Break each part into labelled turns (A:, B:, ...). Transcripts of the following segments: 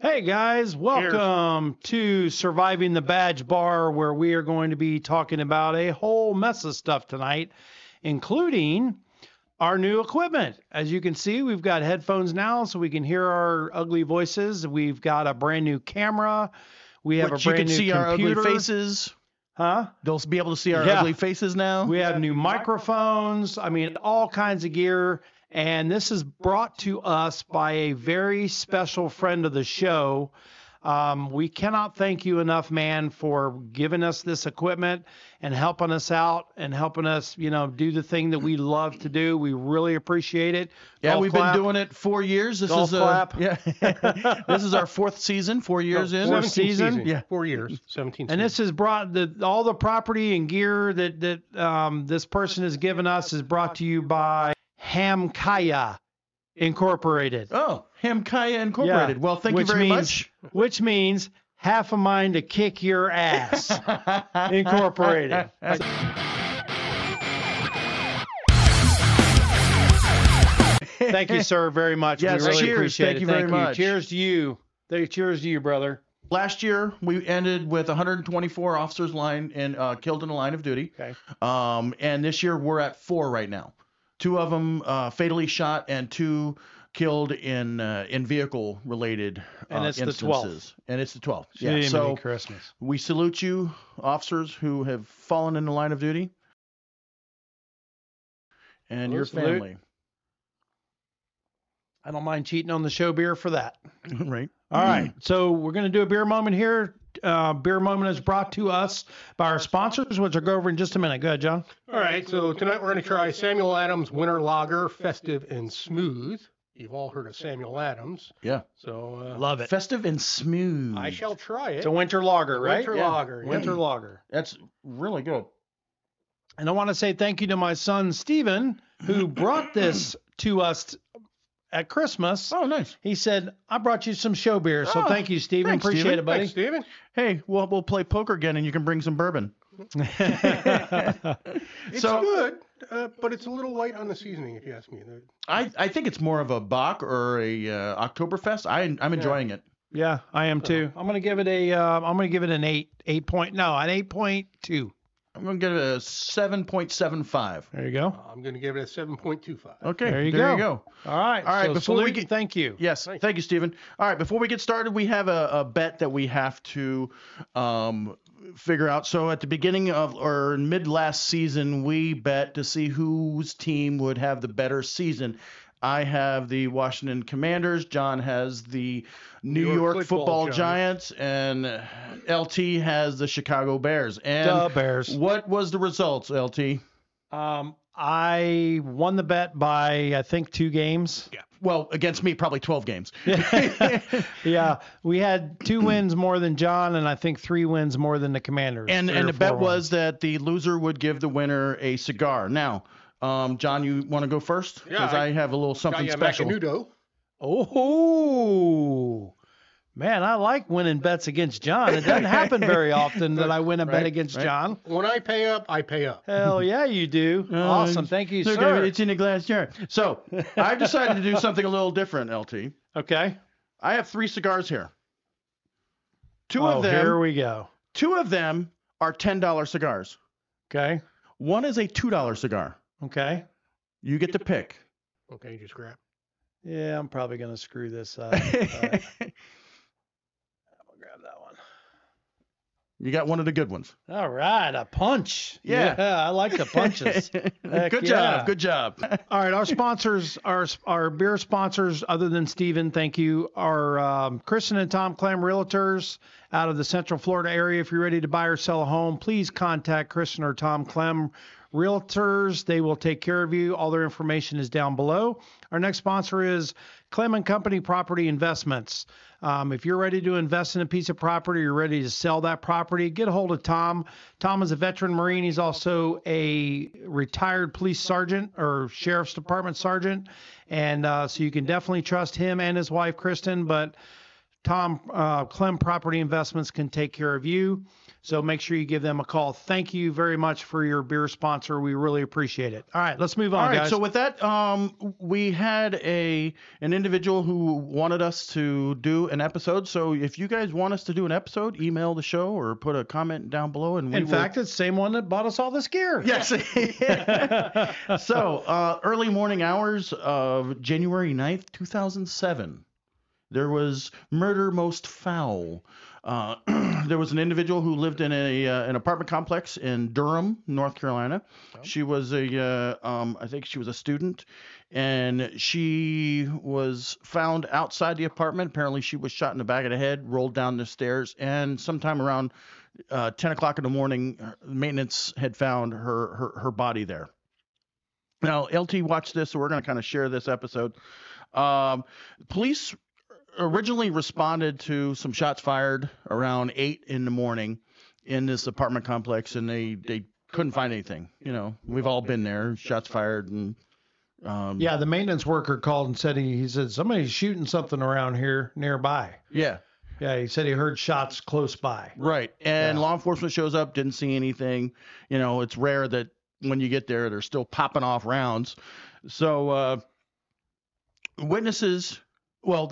A: Hey guys, welcome to Surviving the Badge Bar, where we are going to be talking about a whole mess of stuff tonight, including our new equipment. As you can see, we've got headphones now so we can hear our ugly voices. We've got a brand new camera. We have
B: Which
A: a
B: you can
A: brand new
B: see our
A: computer.
B: ugly faces.
A: Huh?
B: They'll be able to see our
A: Yeah.
B: ugly faces now.
A: We have new microphones. I mean, all kinds of gear. And this is brought to us by a very special friend of the show. Um, we cannot thank you enough, man, for giving us this equipment and helping us out and helping us, you know, do the thing that we love to do. We really appreciate it.
B: yeah,
A: Golf
B: we've
A: clap.
B: been doing it four years. This
A: Golf
B: is a,
A: clap.
B: yeah. this is our fourth season. Four years in.
A: fourth
B: Fourth
A: season?
B: Yeah.
C: four years, seventeen.
A: And this has brought the all the property and gear that that um, this person has given us is brought to you by Hamkaya Incorporated.
B: Oh, Hamkaya Incorporated.
A: Yeah,
B: well, thank you
A: which
B: very
A: means- which means half a mind to kick your ass.
B: much.
A: Incorporated. Thank you, sir, very much.
B: Yes,
A: we really
B: cheers.
A: appreciate
B: Thank
A: it.
B: you
A: Thank
B: very
A: you.
B: much.
A: Cheers to you. They cheers to you, brother.
B: Last year, we ended with 124 officers line and uh, killed in the line of duty.
A: Okay.
B: Um, and this year, we're at four right now. Two of them uh, fatally shot, and two killed in uh, in vehicle related uh,
A: And it's the 12th.
B: instances. And it's the 12th.
A: Shitty
B: Yeah.
A: Merry
B: So
A: Christmas.
B: we salute you, officers who have fallen in the line of duty,
A: Well,
B: and your
A: salute.
B: family.
A: I don't mind cheating on the show beer for that.
B: right.
A: All right. So we're going to do a beer moment here. Uh, beer moment is brought to us by our sponsors, which I'll go over in just a minute. Go ahead, John.
C: All right, so tonight we're going to try Samuel Adams Winter Lager, festive and smooth. You've all heard of Samuel Adams,
B: Yeah.
C: so uh,
A: Love it.
B: Festive and smooth.
C: I shall try it.
A: It's a winter lager, right?
C: Winter
B: Yeah.
C: Lager. yeah.
A: Winter lager.
B: That's really good.
A: And I want to say thank you to my son, Steven, who brought this to us at Christmas.
B: Oh, nice.
A: He said, I brought you some show beer. So
B: Oh,
A: thank you, Steven.
B: thanks,
A: Appreciate
B: Steven.
A: it, buddy.
C: Thanks, Steven.
B: Hey, we'll we'll play poker again, and you can bring some bourbon.
C: It's
B: So-
C: good, uh, but it's a little light on the seasoning, if you ask me. The-
B: I, I think it's more of a Bach or a uh, Oktoberfest. I I'm enjoying it.
A: yeah, I am too. I'm gonna give it a uh, I'm gonna give it an eight eight point no, an eight point two.
B: I'm gonna give it a seven point seven five.
A: There you go.
C: I'm going to give it a 7.25.
B: Okay,
A: There you
B: there
A: go.
B: you go.
A: All right.
B: All right,
A: so
B: before we
A: salute
B: get-
A: and thank you.
B: Yes,
C: Nice.
B: thank you, Stephen. All right, before we get started, we have a, a bet that we have to um, figure out. So at the beginning of or mid last season, we bet to see whose team would have the better season. I have the Washington Commanders. John has the New,
C: York
B: York,
C: Football
B: Football Giants. and uh, LT has the Chicago Bears. And
A: Duh, Bears.
B: what was the results, LT?
A: Um I won the bet by I think two games.
B: Yeah. Well, against me, probably twelve games.
A: Yeah. We had two wins more than John and I think three wins more than the commanders.
B: And
A: Three
B: and
A: or
B: the bet
A: four wins.
B: was that the loser would give the winner a cigar. Now, um, John, you want to go first?
C: Yeah,
B: Because
C: I-
B: I, have a little
C: Now
B: something
C: you have
B: special.
C: Macanudo.
A: Oh, man, I like winning bets against John. It doesn't happen very often that I win a bet
B: Right,
A: against
B: right.
A: John.
C: When I pay up, I pay up.
A: Hell yeah, you do.
B: Uh,
A: awesome. Thank you,
B: Look,
A: sir.
B: It's in a glass jar. So I've decided to do something a little different, LT.
A: Okay.
B: I have three cigars here. Two
A: Oh,
B: of them,
A: Here we go.
B: two of them are ten dollar cigars.
A: Okay.
B: One is a two dollar cigar.
A: Okay.
B: You get to pick.
C: Okay, just grab.
A: Yeah, I'm probably going to screw this up. but I'll
B: you
A: grab that one.
B: got one of the good ones.
A: All right. A punch.
B: Yeah.
A: I like the punches. Heck
B: good
A: yeah.
B: job. Good job.
A: All right, our sponsors, our our beer sponsors, other than Steven, thank you, are um, Kristen and Tom Clam Realtors out of the Central Florida area. If you're ready to buy or sell a home, please contact Kristen or Tom Clem Realtors. They will take care of you. All their information is down below. Our next sponsor is Clem and Company Property Investments. Um, if you're ready to invest in a piece of property, you're ready to sell that property, get a hold of Tom. Tom is a veteran Marine. He's also a retired police sergeant or sheriff's department sergeant. And uh, so you can definitely trust him and his wife, Kristen. But Tom uh, Clem Property Investments can take care of you. So make sure you give them a call. Thank you very much for your beer sponsor. We really appreciate it. All right, let's move on,
B: All right.
A: guys.
B: So with that, um, we had a an individual who wanted us to do an episode. So if you guys want us to do an episode, email the show or put a comment down below, and we
A: In
B: will-
A: fact, it's the same one that bought us all this gear.
B: yes. so uh, early morning hours of January 9th, two thousand seven. There was murder most foul. Uh, there was an individual who lived in a uh, an apartment complex in Durham, North Carolina. She was a uh, um, I think she was a student, and she was found outside the apartment. Apparently, she was shot in the back of the head, rolled down the stairs, and sometime around uh, 10 o'clock in the morning, her- maintenance had found her her, her body there. Now, LT watched this, so we're going to kind of share this episode. Um, police originally responded to some shots fired around eight in the morning in this apartment complex, and they they couldn't find anything. You know, we've all been there. Shots fired, and um,
A: Yeah, the maintenance worker called and said he, he said somebody's shooting something around here nearby.
B: yeah,
A: Yeah, he said he heard shots close by.
B: Right. And
A: Yeah.
B: law enforcement shows up, didn't see anything. You know, it's rare that when you get there, they're still popping off rounds. So, uh, witnesses, well,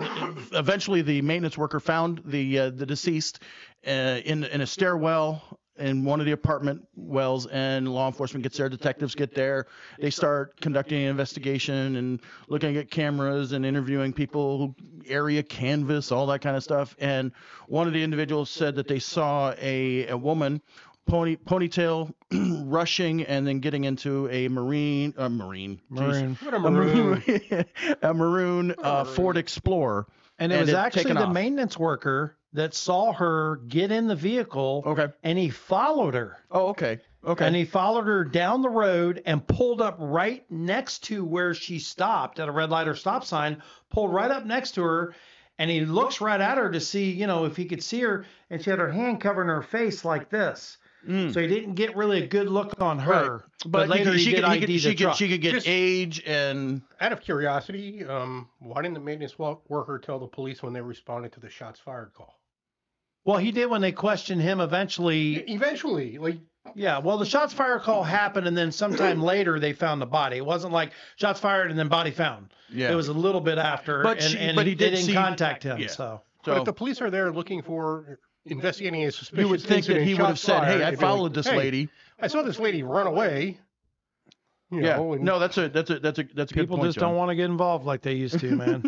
B: eventually the maintenance worker found the uh, the deceased uh, in in a stairwell in one of the apartment wells, and law enforcement gets there, detectives get there, they start conducting an investigation and looking at cameras and interviewing people, area canvas, all that kind of stuff. And one of the individuals said that they saw a, a woman pony ponytail rushing and then getting into a marine a marine geez.
A: Maroon.
C: What a
B: a
C: maroon.
B: maroon, a maroon uh,
C: Maroon.
B: Ford Explorer.
A: And it
B: And
A: was
B: it
A: actually
B: taken
A: the
B: off.
A: maintenance worker that saw her get in the vehicle
B: Okay.
A: and he followed her.
B: Oh, okay. Oh. Okay.
A: And he followed her down the road and pulled up right next to where she stopped at a red light or stop sign, pulled right up next to her. And he looks right at her to see, you know, if he could see her. And she had her hand covering her face like this.
B: Mm.
A: So he didn't get really a good look on her.
B: Right.
A: But,
B: but,
A: later he,
B: she,
A: did
B: could,
A: ID
B: he could-
A: the
B: she could,
A: truck.
B: she could get
C: Just-
B: age and
C: Out of curiosity, um, why didn't the maintenance wo- worker tell the police when they responded to the shots fired call?
A: well, he did when they questioned him
C: E-
A: eventually.
C: Eventually, like
A: Yeah. Well, the shots fired call happened, and then sometime later they found the body. It wasn't like shots fired and then body found.
B: yeah.
A: It was a little bit after,
B: But
A: and,
B: she-
A: and
B: but he
A: he
B: did
A: didn't
B: see-
A: contact him.
B: yeah.
A: So
B: so,
C: But if the police are there looking for investigating a suspicious
B: you would think that
C: incident,
B: he would have
C: shots
B: said,
C: fired,
B: "Hey, I
C: they'd be like,
B: followed this
C: "Hey,
B: lady."
C: I saw this lady run away. You
B: Yeah.
C: know, and
B: No, that's a that's a that's a that's a good
A: people
B: point,
A: just
B: John.
A: don't want to get involved like they used to, man.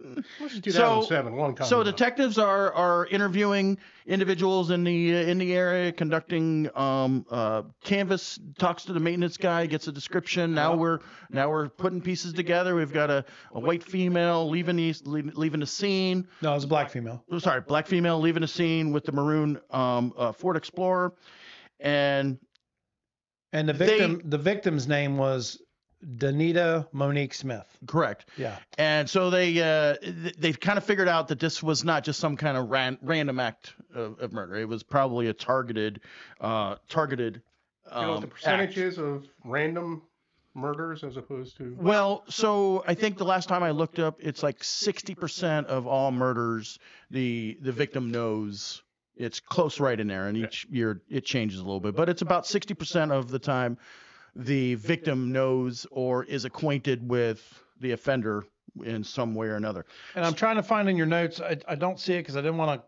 C: this is
B: So-
C: 2007, long time.
B: So
C: ago.
B: detectives are are interviewing individuals in the in the area, conducting um, uh, canvas talks to the maintenance guy, gets a description. Now we're now we're putting pieces together. We've got a, a white female leaving the leaving leaving the scene.
A: no, it was a black female.
B: I'm sorry, black female leaving the scene with the maroon um, uh, Ford Explorer, and
A: And the
B: They-
A: victim, the victim's name was Danita Monique Smith.
B: correct.
A: Yeah.
B: And so they uh, th- they've kind of figured out that this was not just some kind of ran- random act of, of murder. It was probably a targeted uh, targeted.
C: you know
B: um,
C: what the percentage
B: act.
C: is of random murders as opposed to
B: Well, so I think the last time I looked up, it's like 60% of all murders, the the victim knows. It's close right in there, and each year it changes a little bit, but it's about 60% of the time the victim knows or is acquainted with the offender in some way or another.
A: And I'm trying to find in your notes. I, I don't see it because I didn't want to.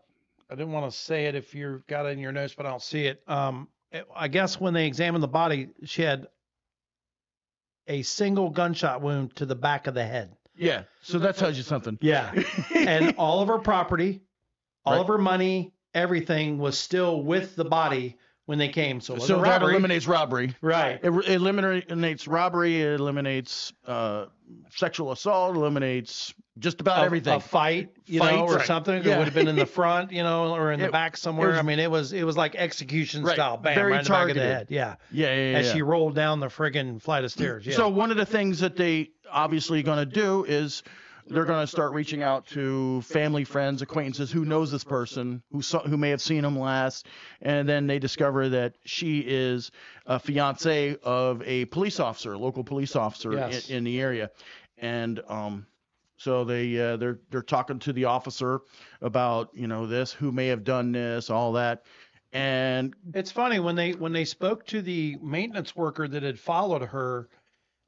A: I didn't want to say it if you've got it in your notes, but I don't see it. Um, it- I guess when they examined the body, she had a single gunshot wound to the back of the head.
B: Yeah, so that tells you something.
A: Yeah. and all of her property, all of
B: Right.
A: her money, everything was still with the body when they came. So, it
B: so
A: wasn't
B: that
A: robbery.
B: eliminates robbery.
A: right.
B: It re- eliminates robbery. It eliminates uh, sexual assault. Eliminates just about
A: a,
B: everything.
A: a fight, you
B: Fight,
A: know, or
B: right.
A: something. It
B: Yeah.
A: would have been in the front, you know, or in the
B: It-
A: back somewhere.
B: was-
A: I mean, it was it was like execution
B: Right.
A: style, bam,
B: Very
A: right in the back of the
B: targeted.
A: head. Yeah.
B: yeah, yeah, yeah.
A: As
B: yeah.
A: she rolled down the friggin' flight of stairs. Yeah.
B: So one of the things that they obviously going to do is they're going to start reaching out to family, friends, acquaintances who knows this person, who saw, who may have seen him last, and then they discover that she is a fiance of a police officer, a local police officer
A: Yes.
B: in, in the area, and um, So they uh, they're they're talking to the officer about you know this, who may have done this, all that, and
A: It's funny when they when they spoke to the maintenance worker that had followed her,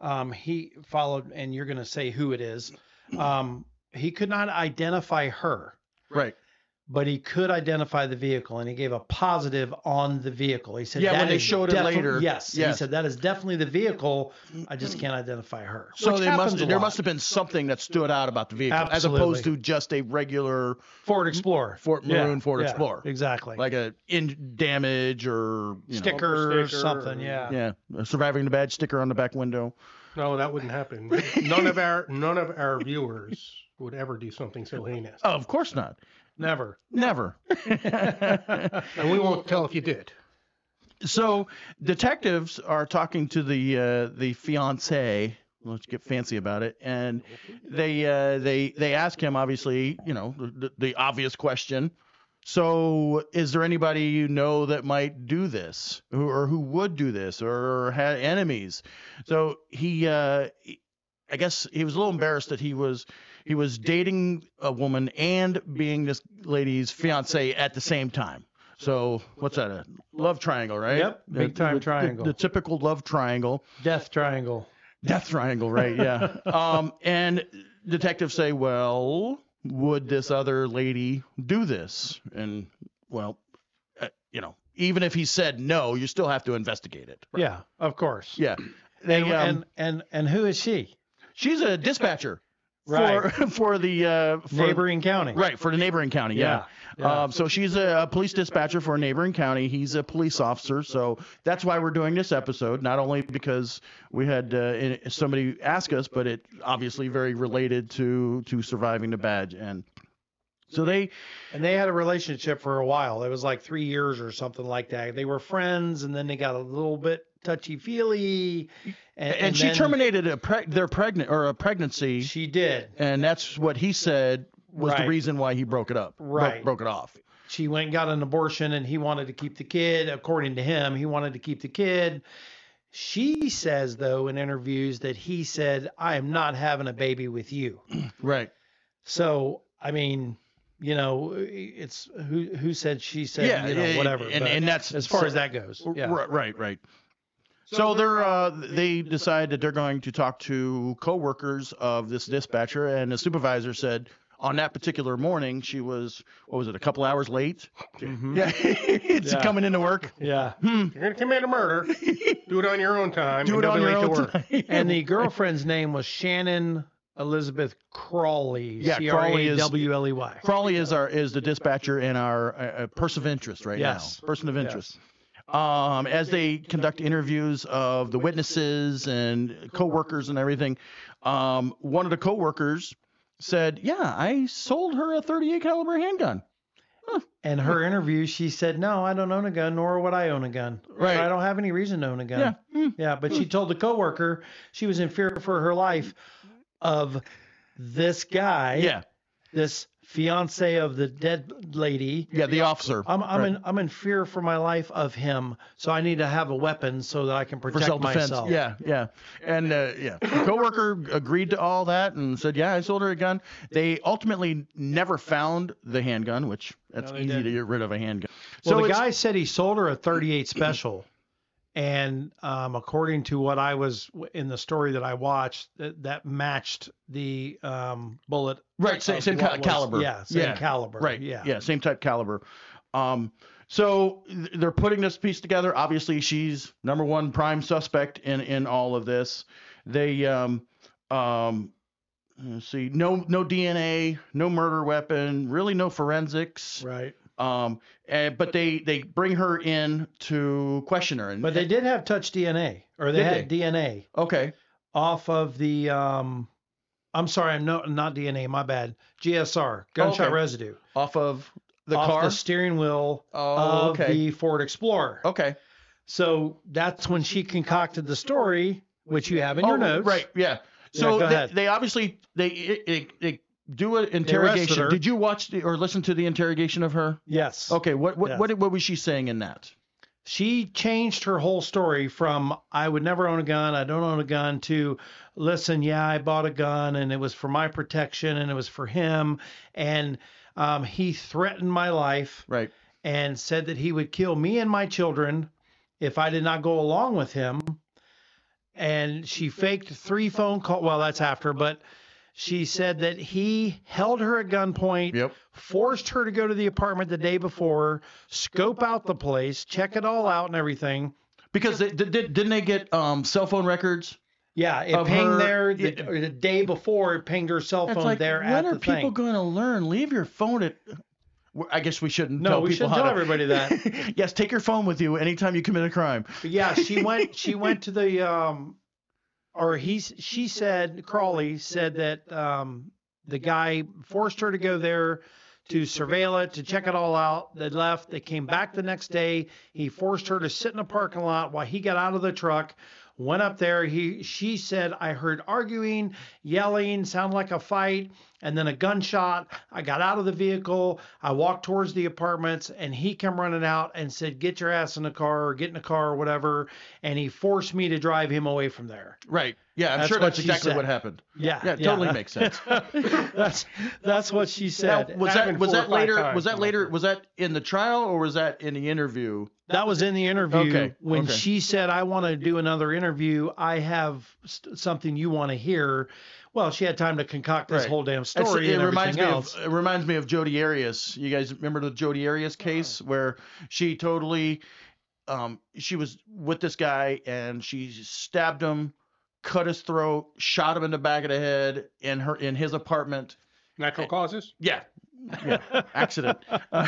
A: um, he followed, and you're going to say who it is. Um, he could not identify her,
B: right.
A: but he could identify the vehicle, and he gave a positive on the vehicle. He said,
B: Yeah, when
A: "That
B: they
A: is
B: showed it
A: defi-
B: later.
A: Yes, he
B: Yes.
A: said that is definitely the vehicle. I just can't identify her."
B: So
A: which
B: they must
A: happens a
B: there
A: lot.
B: must have been something that stood out about the vehicle as opposed
A: Absolutely.
B: to just a regular
A: Ford Explorer,
B: Fort
A: Yeah,
B: Maroon Ford
A: yeah,
B: Explorer,
A: exactly,
B: like a in damage or you know,
A: sticker,
C: Bumper
A: or
C: sticker
A: something.
C: or-
A: Yeah.
B: yeah, a surviving the bad sticker on the back window.
C: No, that wouldn't happen. None of our none of our viewers would ever do something so heinous,
B: Oh, of course not,
A: never.
B: never.
C: and we won't tell if you did.
B: So detectives are talking to the uh, the fiance. Let's get fancy about it, and they uh, they they ask him obviously, you know, the, the obvious question. So, is there anybody you know that might do this, who, or who would do this, or had enemies? So he, uh, he- I guess he was a little embarrassed that he was he was dating a woman and being this lady's fiance at the same time. So what's that? A love triangle, right?
A: Yep, big time
B: the- the-
A: triangle.
B: the typical love triangle.
A: Death Triangle.
B: Death Triangle, right? Yeah. um, and detectives say, well, would this other lady do this? And well, uh, you know, even if he said no, you still have to investigate it.
A: Yeah, of course.
B: Yeah. They,
A: And,
B: um,
A: and and and who is she?
B: she's a dispatcher
A: Right.
B: for for the uh, for,
A: Neighboring county.
B: right for the neighboring county. Yeah.
A: yeah.
B: Um, so she's a, a police dispatcher for a neighboring county. He's a police officer, so that's why we're doing this episode. Not only because we had uh, in- somebody ask us, but it obviously very related to to surviving the badge. And so they,
A: And they had a relationship for a while. It was like three years or something like that. They were friends, and then they got a little bit touchy feely. And,
B: and, she
A: then
B: terminated a preg- their pregnant or a pregnancy,
A: She did.
B: and that's what he said was
A: Right.
B: the reason why he broke it up. bro-
A: Right.
B: broke it off.
A: She went and got an abortion, and he wanted to keep the kid. According to him, he wanted to keep the kid. She says though in interviews that he said, "I am not having a baby with you."
B: Right.
A: So I mean, you know, it's who who said she said,
B: yeah.
A: you know,
B: and-
A: whatever.
B: And,
A: but
B: and that's
A: as far as that goes, yeah.
B: Right, right, right. So they're uh, they decide that they're going to talk to coworkers of this dispatcher, and the supervisor said on that particular morning she was what was it a couple hours late?
A: Mhm.
B: Yeah, it's
A: Yeah.
B: coming into work.
A: yeah.
B: Hmm.
C: You're gonna commit a murder. Do it on your own time.
B: Do
C: and
B: it
C: don't
B: on
C: be
B: your
C: late to
B: own
C: work.
A: And
B: time.
A: the girlfriend's name was Shannon Elizabeth Crawley.
B: Yeah,
A: C R
B: Crawley
A: A
B: is-
A: W L E Y.
B: Crawley is our is the dispatcher and our uh, uh, person of interest right
A: Yes.
B: now. Person of interest. Um, as they conduct interviews of the witnesses and coworkers and everything, um, one of the coworkers said, "Yeah, I sold her a 38 caliber handgun."
A: And her interview, she said, "No, I don't own a gun, nor would I own a gun.
B: Right.
A: I don't have any reason to own a gun."
B: Yeah. Hmm.
A: Yeah, but she told the coworker she was in fear for her life of this guy,
B: Yeah.
A: this fiance of the dead lady.
B: Yeah. The officer.
A: I'm I'm
B: Right.
A: in I'm in fear for my life of him, so I need to have a weapon so that I can
B: for
A: protect
B: self-defense.
A: myself.
B: Yeah, yeah, and uh, yeah. The coworker agreed to all that and said, "Yeah, I sold her a gun." They ultimately never found the handgun, which that's
A: they
B: easy to
A: didn't.
B: get rid of a handgun.
A: Well, the
B: it's-
A: guy said he sold her a 38 special, and um, according to what I was in the story that I watched, that, that matched the um, bullet.
B: right, same,
A: of
B: same
A: what
B: ca-
A: was-
B: caliber.
A: Yeah, same caliber.
B: Right.
A: Yeah.
B: Yeah. Same type caliber. Um, so th- they're putting this piece together. Obviously, she's number one prime suspect in in all of this. They um um let's see no no DNA, no murder weapon, really no forensics.
A: Right.
B: Um, and, but they they bring her in to question her. And,
A: But they did have touch DNA, or they
B: Did
A: had DNA
B: okay.
A: off of the. Um, I'm sorry, I'm no, not DNA. My bad. GSR, gunshot
B: Okay.
A: residue,
B: Off of the
A: off
B: car.
A: the steering wheel
B: oh,
A: of
B: okay. Oh.
A: the Ford Explorer.
B: okay.
A: So that's when she concocted the story, which you have in your
B: Oh,
A: notes.
B: Right. Yeah.
A: Yeah,
B: So
A: go
B: they,
A: ahead.
B: they obviously they they, they do an interrogation.
A: her.
B: Did you watch the, or listen to the interrogation of her?
A: Yes.
B: Okay. What what
A: Yes.
B: what, what was she saying in that?
A: She changed her whole story from I would never own a gun, I don't own a gun to listen, yeah, I bought a gun and it was for my protection and it was for him and um, he threatened my life
B: Right.
A: and said that he would kill me and my children if I did not go along with him. And she faked three phone calls. Well, that's after, but she said that he held her at gunpoint,
B: Yep.
A: forced her to go to the apartment the day before, scope out the place, check it all out and everything.
B: Because they, did, did- didn't they get um, cell phone records?
A: Yeah, it
B: Of
A: pinged
B: her-
A: there the,
B: yeah.
A: or the day before. It pinged her cell phone there
B: when
A: at
B: are
A: the
B: people
A: thing.
B: going to learn? Leave your phone at. Well, I guess we shouldn't.
A: No,
B: tell
A: we
B: people
A: shouldn't tell
B: how to-
A: everybody that.
B: yes, take your phone with you anytime you commit a crime.
A: But yeah, she went. She went to the um, or he. She said Crawley said that um, the guy forced her to go there to surveil it to check it all out. They left. They came back the next day. He forced her to sit in a parking lot while he got out of the truck. Went up there. He she said I heard arguing, yelling, sound like a fight, and then a gunshot. I got out of the vehicle. I walked towards the apartments, and he came running out and said, "Get your ass in the car, or get in the car, or whatever." And he forced me to drive him away from there.
B: Right. Yeah, I'm
A: That's
B: sure
A: what
B: that's
A: she
B: exactly
A: said.
B: what happened.
A: Yeah,
B: Yeah, it totally makes sense.
A: that's that's what she said.
B: was that
C: That happened
B: was
C: four or
B: that
C: five
B: later?
C: times
B: Was that
C: in my
B: later?
C: career.
B: Was that in the trial or was that in the interview?
A: That was in the interview.
B: Okay,
A: When
B: okay.
A: she said, I want to do another interview, I have st- something you want to hear. Well, she had time to concoct this
B: Right.
A: whole damn
B: It's-
A: story.
B: it
A: and
B: reminds
A: everything
B: me
A: else.
B: of it reminds me of Jodi Arias. You guys remember the Jodi Arias case where she totally um she was with this guy and she stabbed him, cut his throat, shot him in the back of the head in her in his apartment.
C: Natural causes?
B: Yeah. Yeah, accident. Uh,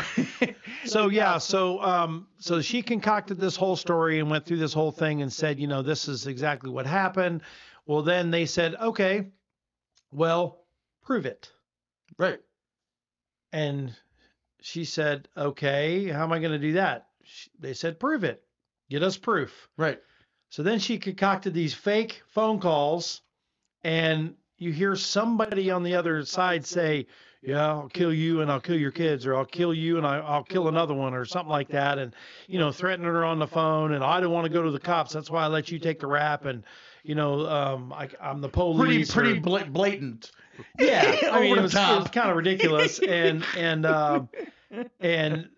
A: so yeah, so um, so she concocted this whole story and went through this whole thing and said, you know, this is exactly what happened. Well, then they said, okay, well, prove it.
B: right.
A: And she said, okay, how am I going to do that? She, they said, prove it. Get us proof.
B: Right.
A: So then she concocted these fake phone calls, and you hear somebody on the other side say, "Yeah, I'll kill you, and I'll kill your kids, or I'll kill you, and I, I'll kill another one, or something like that," and you know, threatening her on the phone, and I don't want to go to the cops, that's why I let you take the rap, and you know, um, I, I'm the
B: Pretty
A: police.
B: pretty
A: or-
B: bla- blatant.
A: yeah, I mean,
B: Over
A: it
B: the
A: was,
B: top.
A: kind of ridiculous, and and um, and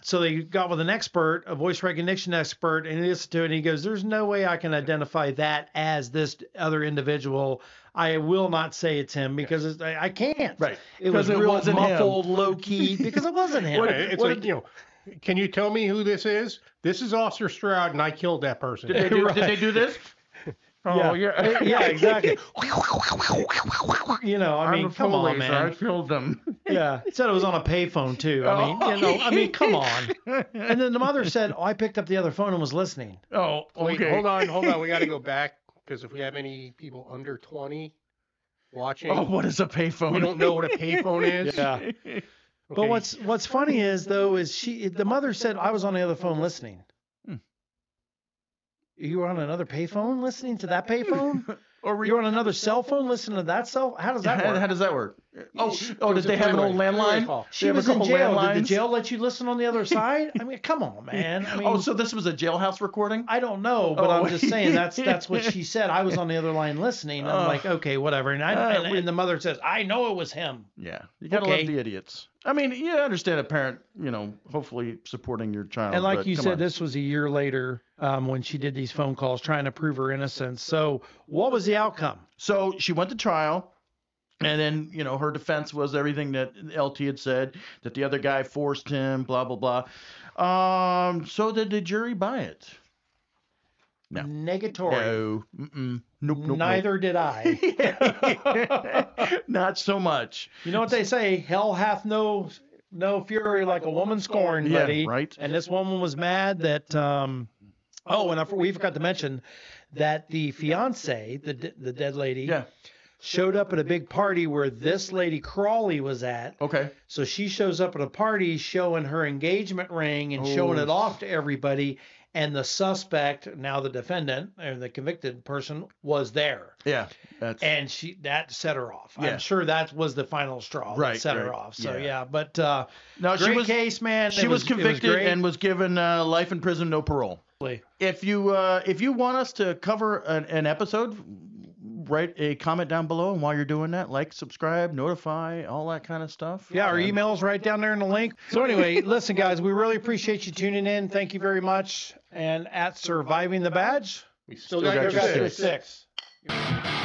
A: so they got with an expert, a voice recognition expert, and he listened to it, and he goes, "There's no way I can identify that as this other individual. I will not say it's him because it's, I, I can't.
B: Right.
A: It
B: 'Cause
A: was
B: it
A: real
B: wasn't him.
A: muffled, low key because it wasn't him.
C: Yeah, it's like, you know, can you tell me who this is? This is Officer Stroud, and I killed that person.
B: Did they do, did they do this?
A: yeah.
D: Oh yeah.
A: yeah, exactly. You know, I
D: I'm
A: mean,
D: the
A: come on,
D: police,
A: man.
D: I killed them.
A: Yeah, it said it was on a payphone too. I mean, you know, I mean, come on. And then the mother said, "Oh, I picked up the other phone and was listening."
D: Oh,
C: Wait,
D: okay.
C: hold on, hold on. We got to go back because if we have any people under 20 watching,
B: Oh, what is a payphone?
C: we don't know what a payphone is.
A: Yeah. But
C: Okay,
A: what's what's funny is though is she the mother said I was on the other phone listening.
B: Hmm.
A: You were on another payphone listening to that payphone,
B: Or were
A: you were on another cell phone listening to that cell. How does that
B: How, how
A: work?
B: does that work? Oh,
C: she-
B: oh, did
C: was a
B: they have an old
C: freeway- freeway
B: landline?
C: call.
A: She
B: They have a
A: was in
B: couple
A: jail. Did the
B: landlines?
A: jail let you listen on the other side? I mean, come on, man. I mean,
B: oh, so this was a jailhouse recording?
A: I don't know, but
B: Oh.
A: I'm just saying that's that's what she said. I was on the other line listening. I'm
B: Oh.
A: like, okay, whatever. And, I,
B: Uh,
A: and,
B: we-
A: and the mother says, I know it was him.
B: yeah, you gotta
A: Okay.
B: love the idiots. I mean, you understand a parent, you know, hopefully supporting your child.
A: And like
B: but
A: you
B: come
A: said,
B: on.
A: this was a year later um, when she did these phone calls trying to prove her innocence. So what was the outcome?
B: So she went to trial, and then you know her defense was everything that LT had said that the other guy forced him, blah blah blah. Um, so did the jury buy it? No.
A: Negatory.
B: No, mm-mm, nope, nope,
A: Neither did I.
B: nope. Not so much.
A: you know what they say? Hell hath no no fury like a woman scorned,
B: Yeah,
A: buddy.
B: right.
A: And this woman was mad that. Um, oh, and I, we forgot to mention that the fiance, the de- the dead lady,
B: Yeah.
A: showed up at a big party where this lady Crawley was at.
B: Okay.
A: So she shows up at a party showing her engagement ring and showing
B: Oh.
A: it off to everybody. And the suspect, now the defendant or the convicted person, was there.
B: Yeah. That's
A: And she that set her off.
B: Yeah.
A: I'm sure that was the final straw
B: Right,
A: that set her
B: right.
A: off. So
B: Yeah.
A: yeah, but uh
B: no.
A: great
B: She was
A: case, man.
B: she
A: It
B: was,
A: it
B: convicted
A: great.
B: and was given uh, life in prison, no parole. If you uh, if you want us to cover an, an episode, write a comment down below. And while you're doing that, like, subscribe, notify, all that kind of stuff.
E: Yeah, our
B: And-
E: email's right down there in the link. So anyway, listen, guys, we really appreciate you tuning in. Thank you very much. And at Surviving the Badge.
C: We still,
B: got
C: got,
B: your
C: your
B: six.
C: six.